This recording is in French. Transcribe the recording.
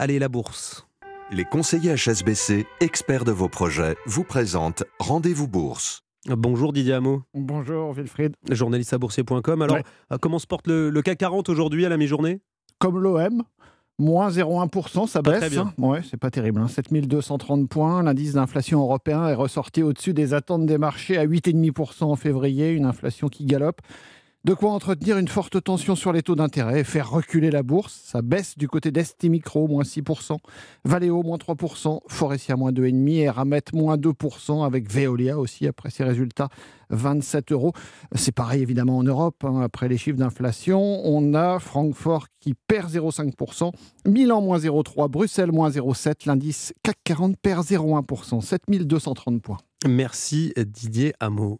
Allez, la bourse. Les conseillers HSBC, experts de vos projets, vous présentent Rendez-vous Bourse. Bonjour Didier Hameau, Bonjour Wilfried. journaliste à boursier.com. Alors, Ouais. euh, comment se porte le, le CAC 40 aujourd'hui à la mi-journée Comme l'OM, moins 0,1%, ça Pas baisse. très bien. hein. Ouais, c'est pas terrible. hein. 7230 points. L'indice d'inflation européen est ressorti au-dessus des attentes des marchés à 8,5% en février, une inflation qui galope. De quoi entretenir une forte tension sur les taux d'intérêt et faire reculer la bourse. Ça baisse du côté d'Esti Micro, moins 6%, Valeo, moins 3%, Forestia, moins 2,5% et Ramet, moins 2%, avec Veolia aussi, après ses résultats, 27 euros. C'est pareil évidemment en Europe, hein, après les chiffres d'inflation. On a Francfort qui perd 0,5%, Milan moins 0,3%, Bruxelles moins 0,7%, l'indice CAC 40 perd 0,1%, 7230 points. Merci Didier Hameau.